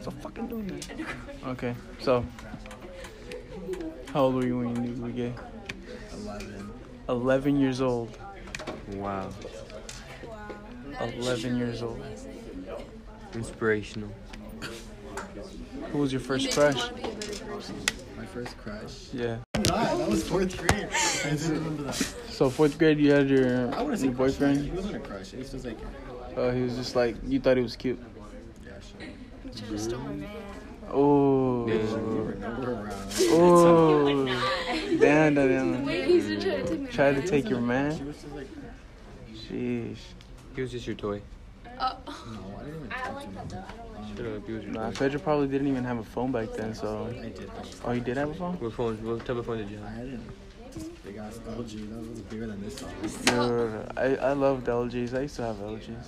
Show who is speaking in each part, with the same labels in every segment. Speaker 1: Stop fucking doing that. Okay, so how old were you when you knew you were gay?
Speaker 2: Eleven.
Speaker 1: Eleven years old.
Speaker 3: Wow.
Speaker 4: Wow.
Speaker 1: 11 years old.
Speaker 3: Inspirational.
Speaker 1: Who was your first crush?
Speaker 2: My first crush.
Speaker 1: Yeah.
Speaker 2: God, that was fourth grade. I didn't remember that.
Speaker 1: So fourth grade, you had your,
Speaker 2: I wouldn't say
Speaker 1: your
Speaker 2: crush, He
Speaker 1: boyfriend.
Speaker 2: wasn't a crush. It was just like,
Speaker 1: Oh, he was just like you thought he was cute.
Speaker 2: yeah, shit.
Speaker 4: Should have stole my man.
Speaker 1: Oh.
Speaker 2: You
Speaker 3: Dude.
Speaker 2: were nowhere around.
Speaker 1: Oh. Damn, damn, damn.
Speaker 4: Wait, he's trying to take my
Speaker 1: Tried
Speaker 4: man.
Speaker 1: to take your
Speaker 2: She
Speaker 1: man.
Speaker 2: was just like,
Speaker 1: Sheesh.
Speaker 3: He was just your toy.
Speaker 4: Oh.
Speaker 2: no, I didn't even
Speaker 5: I
Speaker 2: talk to
Speaker 5: like
Speaker 2: him.
Speaker 5: that though. I don't like
Speaker 3: Shut up. He was your
Speaker 1: Nah,
Speaker 3: toy.
Speaker 1: Pedro probably didn't even have a phone back then. So,
Speaker 2: I did. Like,
Speaker 1: oh, he did have a phone.
Speaker 3: What phone? What type of phone did you
Speaker 2: I
Speaker 3: have?
Speaker 2: hadn't. Big ass LG. That was bigger than this song.
Speaker 1: Dude, I, I loved LGs. I used to have LGs.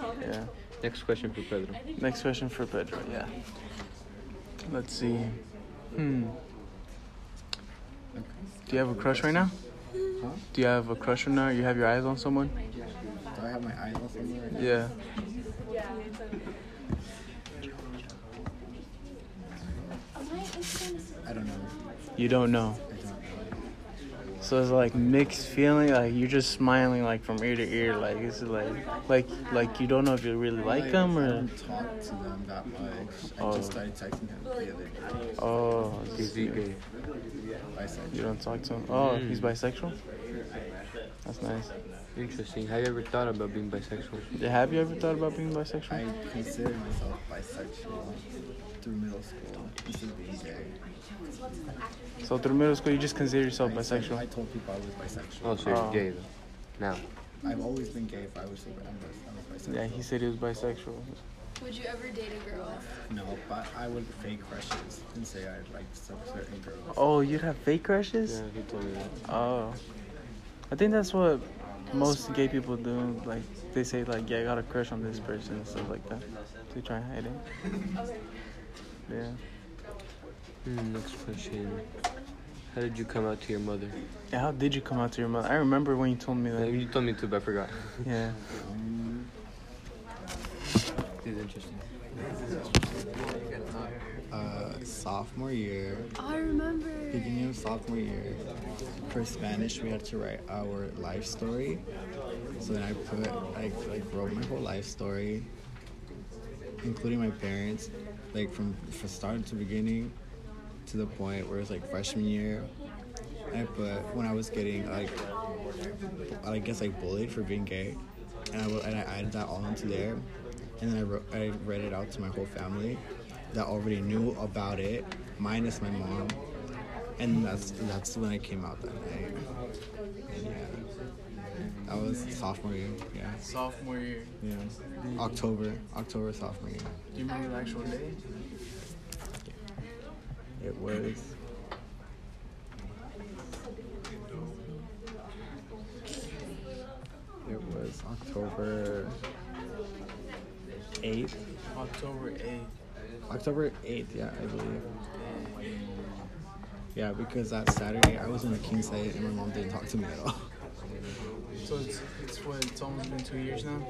Speaker 4: Oh.
Speaker 1: Yeah.
Speaker 3: Next question for Pedro.
Speaker 1: Next question for Pedro. Yeah. Let's see. Hmm. Do you have a crush right now?
Speaker 2: Huh?
Speaker 1: Do you have a crush right now? You have your eyes on someone?
Speaker 2: Do I have my eyes on someone right now?
Speaker 1: Yeah.
Speaker 2: I don't know.
Speaker 1: You don't know.
Speaker 2: I don't know.
Speaker 1: So it's like mixed feeling. Like you're just smiling like from ear to ear. Like it's like like like you don't know if you really like them
Speaker 2: I
Speaker 1: or.
Speaker 2: don't talk to them that much. I
Speaker 1: Oh.
Speaker 2: just started texting him the other day.
Speaker 1: Oh.
Speaker 3: Is he gay?
Speaker 1: You
Speaker 2: Bisexual.
Speaker 1: don't talk to him. Oh,
Speaker 3: Mm.
Speaker 1: he's bisexual. That's nice.
Speaker 3: Interesting. Have you ever thought about being bisexual?
Speaker 1: Yeah, Have you ever thought about being bisexual?
Speaker 2: I consider myself bisexual through middle school. This is being gay.
Speaker 1: So through middle school, you just consider yourself
Speaker 2: I said- I
Speaker 1: Oh, bisexual.
Speaker 2: told people I was
Speaker 3: Oh,
Speaker 2: bisexual.
Speaker 3: so you're
Speaker 1: Oh.
Speaker 3: gay though. Now.
Speaker 2: I've always been gay, but I was, I was bisexual.
Speaker 1: Yeah, he said he was bisexual.
Speaker 4: Would you ever date a girl?
Speaker 2: No, but I would fake crushes and say I liked some certain girls.
Speaker 1: Oh, you'd have fake crushes?
Speaker 3: Yeah, he told me that.
Speaker 1: Oh, I think that's what most gay people do. Like they say, like, yeah, I got a crush on this person and stuff like that. They try and hide it. Yeah.
Speaker 3: Hmm, next question. How did you come out to your mother?
Speaker 1: Yeah, How did you come out to your mother? I remember when you told me
Speaker 3: Uh,
Speaker 1: that.
Speaker 3: You told me too, but I forgot.
Speaker 1: Yeah.
Speaker 2: Um,
Speaker 3: This is interesting.
Speaker 2: uh, sophomore year,
Speaker 4: I remember.
Speaker 2: beginning of sophomore year, for Spanish we had to write our life story. So then I put, I like wrote my whole life story, including my parents, like from from start to beginning, to the point where it's like freshman year. I put when I was getting like, I guess like bullied for being gay, and I wa- and I added that all into there, and then I wrote, I read it out to my whole family, that already knew about it, minus my mom, and that's that's when I came out that night. And yeah, that was sophomore year. Yeah,
Speaker 1: Sophomore year.
Speaker 2: yeah, October, October sophomore year.
Speaker 1: Do you remember the actual day?
Speaker 2: It was. It was October 8th.
Speaker 1: October 8th.
Speaker 2: October 8th, yeah, I believe. Yeah, because that Saturday I was in the King's Head and my mom didn't talk to me at all.
Speaker 1: So it's, it's what it's almost been two years now.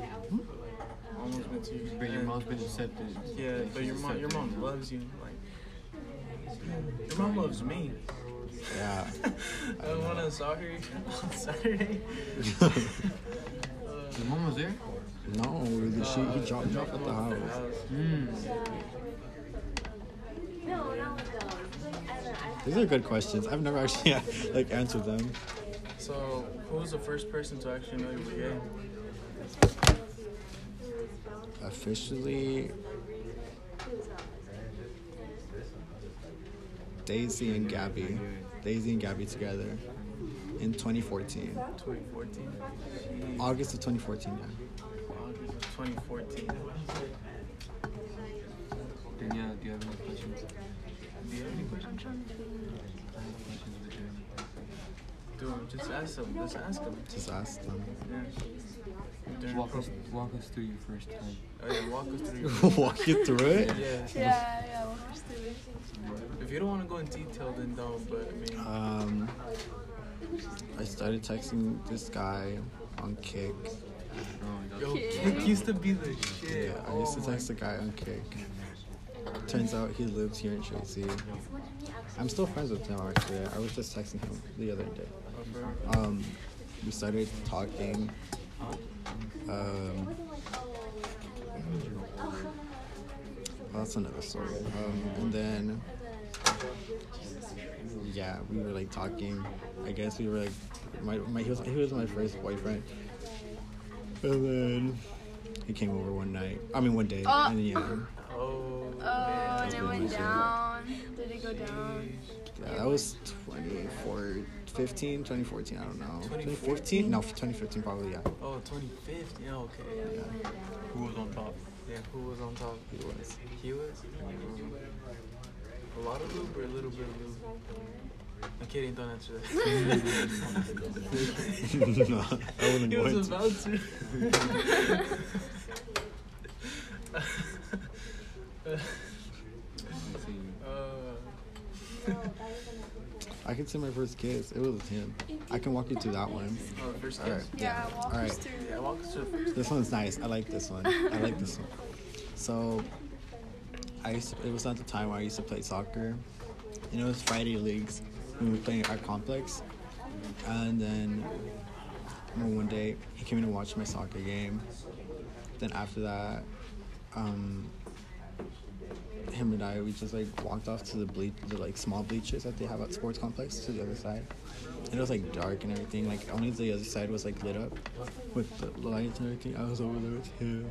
Speaker 1: Almost been two years.
Speaker 3: been accepted.
Speaker 1: Yeah, but your mom, your mom loves you. Like, your mom loves me.
Speaker 2: Yeah.
Speaker 1: Uh, when I saw her on Saturday, Uh,
Speaker 3: Your mom was there?
Speaker 2: no, the she, he dropped me off
Speaker 1: uh,
Speaker 2: at the house.
Speaker 5: No, not with those. I don't know.
Speaker 2: These are good questions. I've never actually like answered them.
Speaker 1: So, who was the first person to actually know you were gay?
Speaker 2: officially Daisy and Gabby. Daisy and Gabby together in 2014.
Speaker 1: 2014.
Speaker 2: August of 2014, yeah.
Speaker 1: August of 2014.
Speaker 3: Then yeah, do you have any questions?
Speaker 1: Do you have any questions?
Speaker 3: I have questions, but do you have any questions?
Speaker 1: Dude, just ask them. Just ask them.
Speaker 2: Just asked them.
Speaker 1: Yeah. They're
Speaker 3: Walk us,
Speaker 1: appropriate.
Speaker 3: walk us through your first time.
Speaker 1: Oh, yeah, walk us through. your-
Speaker 2: Walk you through it?
Speaker 1: Yeah.
Speaker 4: Yeah, yeah, we'll just do it.
Speaker 1: If you don't want to go in detail, then don't. But I mean,
Speaker 3: Uh,
Speaker 2: Um, I started texting this guy on Kick.
Speaker 1: yo, Kick used to be the shit.
Speaker 2: Yeah, I used
Speaker 1: Oh
Speaker 2: to
Speaker 1: my
Speaker 2: text the guy on Kick. Turns out he lives here in Chelsea. I'm still friends with him actually. I was just texting him the other day. Um, we started talking. Um, that's another story. Um, and then yeah, we were like talking. I guess we were like, my, my he was he was my first boyfriend, and then he came over one night. I mean one day,
Speaker 4: Oh.
Speaker 2: and yeah,
Speaker 1: Oh.
Speaker 4: Oh, and it went
Speaker 2: Yeah.
Speaker 4: down. Did it go down?
Speaker 2: yeah that was 24, 15, 2014. I don't know, 2014? No, 2015 probably. Yeah,
Speaker 1: Oh, 25th. Yeah, okay.
Speaker 2: yeah,
Speaker 1: Who was on top? Yeah, who was on top?
Speaker 2: he was.
Speaker 1: He was? Um, a lot of lube or a little bit of lube? I'm kidding, don't answer that.
Speaker 2: No, I wouldn't
Speaker 1: He was a
Speaker 2: want
Speaker 1: bouncer. uh,
Speaker 2: I can see my first kiss. It was with him. I can walk you through that one.
Speaker 1: oh, first
Speaker 2: All right.
Speaker 1: kiss.
Speaker 4: Yeah,
Speaker 2: Yeah.
Speaker 4: walk
Speaker 2: All
Speaker 4: us
Speaker 2: right.
Speaker 4: through.
Speaker 1: Yeah, walk us to the first
Speaker 2: This one's nice. I like this one. I like this one. So, I used to, it was at the time where I used to play soccer. You know, it was Friday leagues. We were playing at our complex, and then well, one day he came in and watched my soccer game. Then after that, um, him and I we just like walked off to the bleach, the like small bleachers that they have at sports complex to the other side. And it was like dark and everything. Like only the other side was like lit up with the lights and everything. I was over there with him.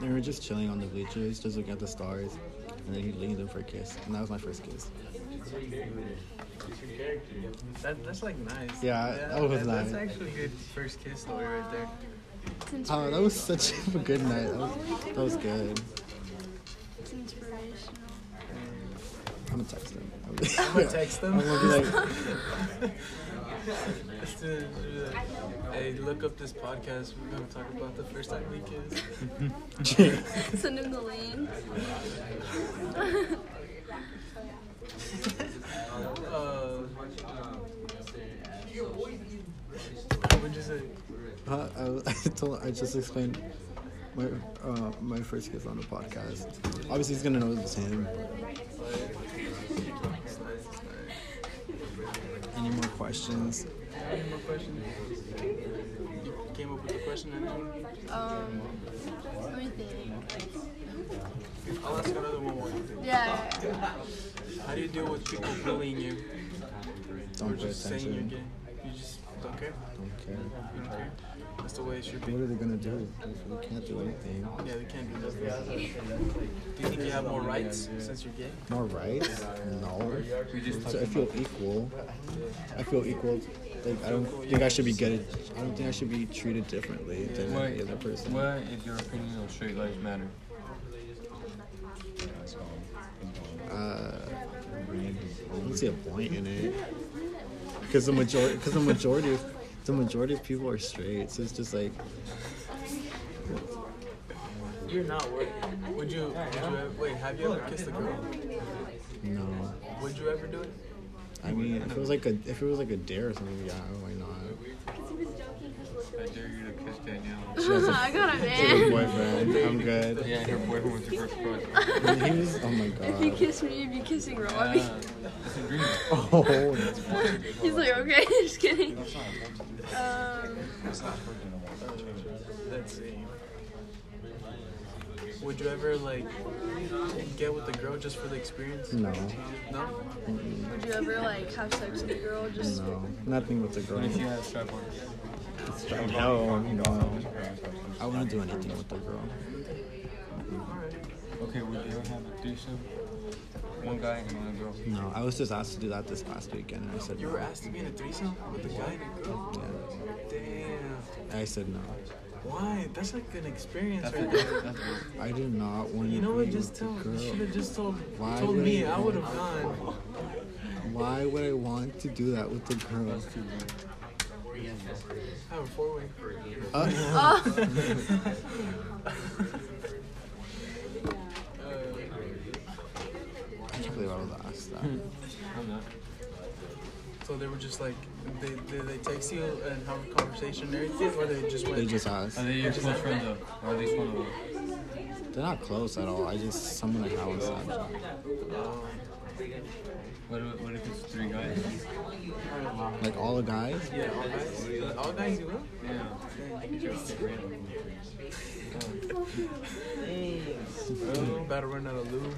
Speaker 2: And we were just chilling on the bleachers, just looking at the stars. And then he leaned in for a kiss, and that was my first kiss.
Speaker 1: That, that's like nice.
Speaker 2: Yeah, that was
Speaker 1: That's
Speaker 2: nice.
Speaker 1: actually a good first kiss story Oh, right there.
Speaker 4: It's inspirational.
Speaker 2: Oh, that was such a good night. That was, that was good.
Speaker 4: It's inspirational.
Speaker 2: I'm gonna text him. I'm
Speaker 1: I'm gonna text them.
Speaker 2: I'm gonna be like,
Speaker 1: Let's do- do that. Hey, look up this podcast. We're gonna talk about the first time we kissed.
Speaker 4: Send him the link.
Speaker 1: Uh, what'd you say?
Speaker 2: uh, I, I told, I just explained my uh, my first kiss on the podcast. Obviously, he's gonna know it was him.
Speaker 1: It's nice, it's nice.
Speaker 2: Any more questions?
Speaker 1: Any more questions? You came up with the question, and
Speaker 4: Um, let me think.
Speaker 1: I'll ask another one. more.
Speaker 4: Yeah, yeah, yeah.
Speaker 1: How do you deal with people bullying you or
Speaker 2: Don't pay
Speaker 1: just saying you're
Speaker 2: attention.
Speaker 1: gay? You just don't care.
Speaker 2: Don't care.
Speaker 1: You don't care. That's the way it should be.
Speaker 2: What are they gonna do? We can't do anything.
Speaker 1: Yeah, we can't do nothing. Do you think you have more rights since you're gay?
Speaker 2: More rights? No. So I feel equal. I feel equal. Like I don't think I should be getted. I don't think I should be treated differently than
Speaker 3: What,
Speaker 2: any other person.
Speaker 3: what is your opinion on straight lives matter?
Speaker 2: Uh, I don't see a point in it. Because the majority, because the majority of the majority of people are straight. So it's just like
Speaker 1: You're not working. Would you? Would you ever, wait? Have you ever kissed a girl?
Speaker 2: no.
Speaker 1: Would you ever do it?
Speaker 2: I mean, if it was like a if it was like a dare or something, yeah, why not?
Speaker 3: I dare you to kiss Danielle.
Speaker 2: She has a
Speaker 4: I got a
Speaker 2: good
Speaker 4: man.
Speaker 2: boyfriend. I'm good.
Speaker 3: Yeah, her boyfriend was your first crush.
Speaker 2: And he was, oh my
Speaker 4: If you
Speaker 2: god.
Speaker 4: kiss me, you'd be kissing Robbie.
Speaker 3: Yeah, it's a dream.
Speaker 2: Oh, that's
Speaker 4: He's like, okay, just kidding. Um,
Speaker 1: Uh, Let's see. Would you ever like get with a girl just for the experience?
Speaker 2: No,
Speaker 1: No.
Speaker 4: would you ever like have sex with a girl? Just
Speaker 2: no, nothing with a girl.
Speaker 3: What if you had a strap on?
Speaker 2: No, no. I wouldn't do anything with a girl.
Speaker 3: Okay, would you ever have a threesome? One guy and one girl.
Speaker 2: No, I was just asked to do that this past weekend, and I said
Speaker 1: You
Speaker 2: no.
Speaker 1: were asked to be in a threesome with a guy and a girl.
Speaker 2: Yeah,
Speaker 1: Damn.
Speaker 2: I said no.
Speaker 1: Why? That's like an experience right there.
Speaker 2: I did not want
Speaker 1: You know
Speaker 2: to
Speaker 1: what?
Speaker 2: be
Speaker 1: Just
Speaker 2: with
Speaker 1: tell.
Speaker 2: a
Speaker 1: You should
Speaker 2: girl.
Speaker 1: have just told.
Speaker 2: Why
Speaker 1: told
Speaker 2: would
Speaker 1: me.
Speaker 2: I-
Speaker 1: I would have gone.
Speaker 2: Why would I want to do that with a girl?
Speaker 1: Have a four way.
Speaker 2: Uh, I can't believe I was asked that.
Speaker 3: I'm not.
Speaker 1: So they were just like, they they, they text you and have a conversation and everything, or they just went.
Speaker 2: They just asked.
Speaker 3: Are they your close friends though? Or at least one of them?
Speaker 2: They're not close at all. I just someone I know is actually.
Speaker 1: Oh.
Speaker 3: What, if- what if it's three guys?
Speaker 2: Like all the guys.
Speaker 1: Yeah, all guys. All guys, you will?
Speaker 3: Yeah.
Speaker 1: Bro, about to run out of lube.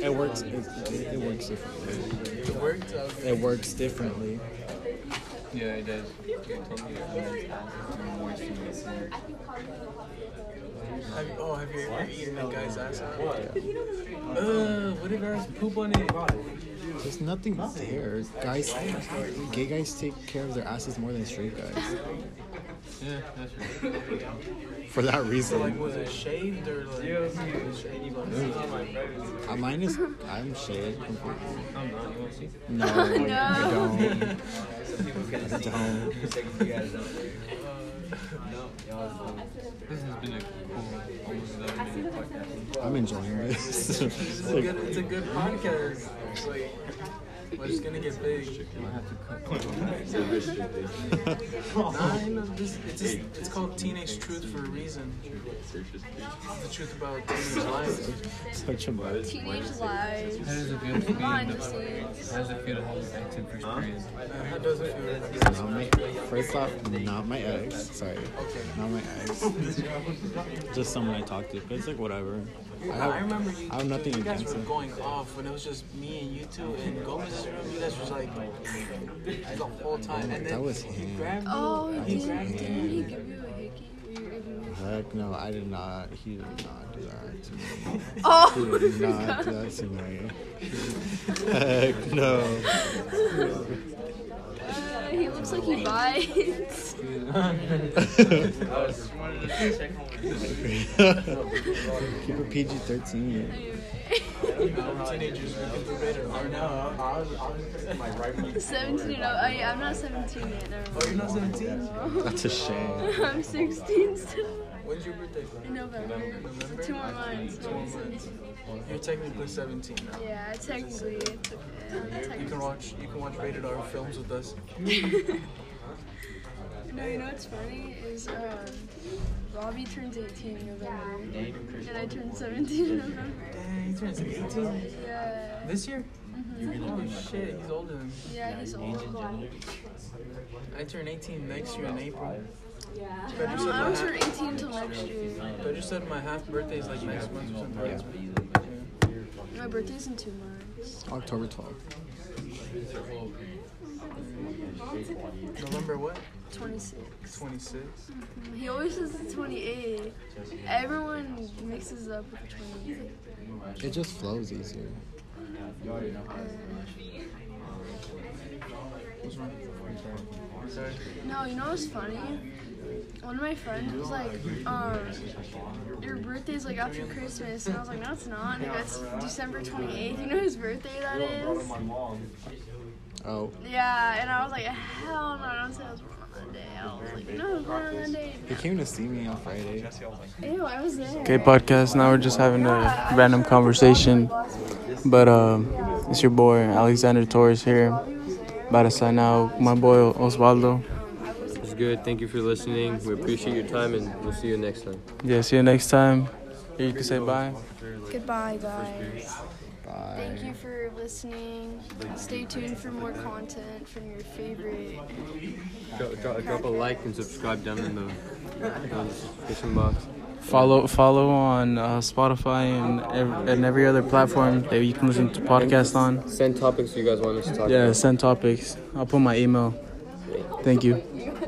Speaker 2: It works. It, it, it works. Differently.
Speaker 1: It worked. I was
Speaker 2: It works differently.
Speaker 3: Yeah, it does. You told me that.
Speaker 1: Have you, oh, have you ever eaten a guy's ass out? Uh, what if girls poop on it?
Speaker 2: There's nothing there. Guys, gay guys take care of their asses more than straight guys.
Speaker 3: Yeah, that's right.
Speaker 2: For that
Speaker 1: So, like,
Speaker 2: reason,
Speaker 1: was it shaved or like?
Speaker 2: uh, mine is I'm shaved completely.
Speaker 3: I'm not. You want to see?
Speaker 2: No,
Speaker 4: no.
Speaker 2: I don't. I don't.
Speaker 1: Uh,
Speaker 3: This has been a cool, almost an hour minute podcast.
Speaker 2: I'm enjoying this.
Speaker 1: It's a good, it's a good podcast. It's like, we're just gonna get big.
Speaker 3: I have to
Speaker 1: Nah,
Speaker 3: cut.
Speaker 1: you know, this, it's, just, it's called Teenage Truth for a reason. The truth about teenage life.
Speaker 2: Such a much.
Speaker 4: Teenage lies.
Speaker 3: How does it feel to be?
Speaker 4: Behind the
Speaker 3: How
Speaker 4: scenes.
Speaker 3: does it feel to have an active first period?
Speaker 1: How does it feel?
Speaker 2: Not my, first off, not my ex. Sorry, not my ex. Just someone I talked to. But it's like whatever. I
Speaker 1: I
Speaker 2: have,
Speaker 1: remember you,
Speaker 2: I have nothing
Speaker 1: dude, you guys
Speaker 2: against
Speaker 1: were
Speaker 2: him.
Speaker 1: going off when it was just me and you two in Gomez's room. You guys was like the whole time. And then
Speaker 2: Oh, That was
Speaker 1: he
Speaker 2: him.
Speaker 1: grabbed me.
Speaker 4: Oh,
Speaker 1: he
Speaker 4: did,
Speaker 1: grabbed
Speaker 4: didn't
Speaker 1: me.
Speaker 4: he give you a hickey? Were you giving me-
Speaker 2: heck no, I did not. He did not do that to me.
Speaker 4: Oh,
Speaker 2: He did not do that to me. Heck no.
Speaker 4: uh, he looks like he bites.
Speaker 2: Keep it PG thirteen.
Speaker 1: Teenagers, we can do better. Or no, I was, I was my right foot.
Speaker 4: 17 and up. Oh, yeah, I'm not 17 yet. Never
Speaker 1: Oh, you're not 17?
Speaker 4: mind.
Speaker 2: That's a shame.
Speaker 4: I'm 16 still.
Speaker 1: When's your birthday? bro?
Speaker 4: In November. So two more months. I'll be 17.
Speaker 1: You're technically 17 now.
Speaker 4: Yeah, technically, it's okay. Um,
Speaker 1: You can watch you can watch rated R films with us.
Speaker 4: Technically. no, you know what's funny is um, Robbie turns 18 in November, and I turn 17 in November.
Speaker 1: Dang, he turns 18
Speaker 4: Yeah.
Speaker 1: this year. Oh shit, he's older than me.
Speaker 4: Yeah, he's old.
Speaker 1: I turn 18 next year in April.
Speaker 5: Yeah.
Speaker 4: I don't, I don't turn 18 until next year.
Speaker 1: But you said my half birthday is like next month or something.
Speaker 4: My birthday's in two months.
Speaker 2: October twelfth.
Speaker 1: November what?
Speaker 4: 26.
Speaker 1: 26.
Speaker 4: He always says the 28. Everyone mixes up with the 28.
Speaker 2: It just flows easier.
Speaker 1: What's wrong? Sorry.
Speaker 4: No, you know what's funny? One of my friends was like, um, your birthday's like after Christmas. And I was like, no, it's not. Like, that's December 28th. You know whose birthday that is?
Speaker 2: Oh,
Speaker 4: Yeah, and I was like, hell no, I don't say I was born on that day. I was like, no, I was born on that day.
Speaker 2: he came to see me on Friday.
Speaker 4: Ew, I was there.
Speaker 1: Okay, podcast. Now we're just having
Speaker 4: Yeah,
Speaker 1: a
Speaker 4: I
Speaker 1: random
Speaker 4: was there with
Speaker 1: conversation,
Speaker 4: Robbie, like, last week.
Speaker 1: but um, it's your boy Alexander Torres here.
Speaker 4: Robbie was there.
Speaker 1: About to sign out. My boy Osvaldo.
Speaker 4: Um, I was
Speaker 3: It's good. Thank you for listening. We appreciate your time, and we'll see you next time.
Speaker 1: Yeah. See you next time. You can say bye.
Speaker 4: Goodbye, guys.
Speaker 2: Bye.
Speaker 4: Thank you for listening. Stay tuned for more content from your favorite.
Speaker 3: Drop, drop, drop a like and subscribe down in the, down in the description box.
Speaker 1: Follow follow on uh, Spotify and ev- and every other platform that you can listen to podcasts on.
Speaker 3: Send topics you guys want us to talk
Speaker 1: Yeah. Send topics. I'll put my email. Thank you.
Speaker 4: You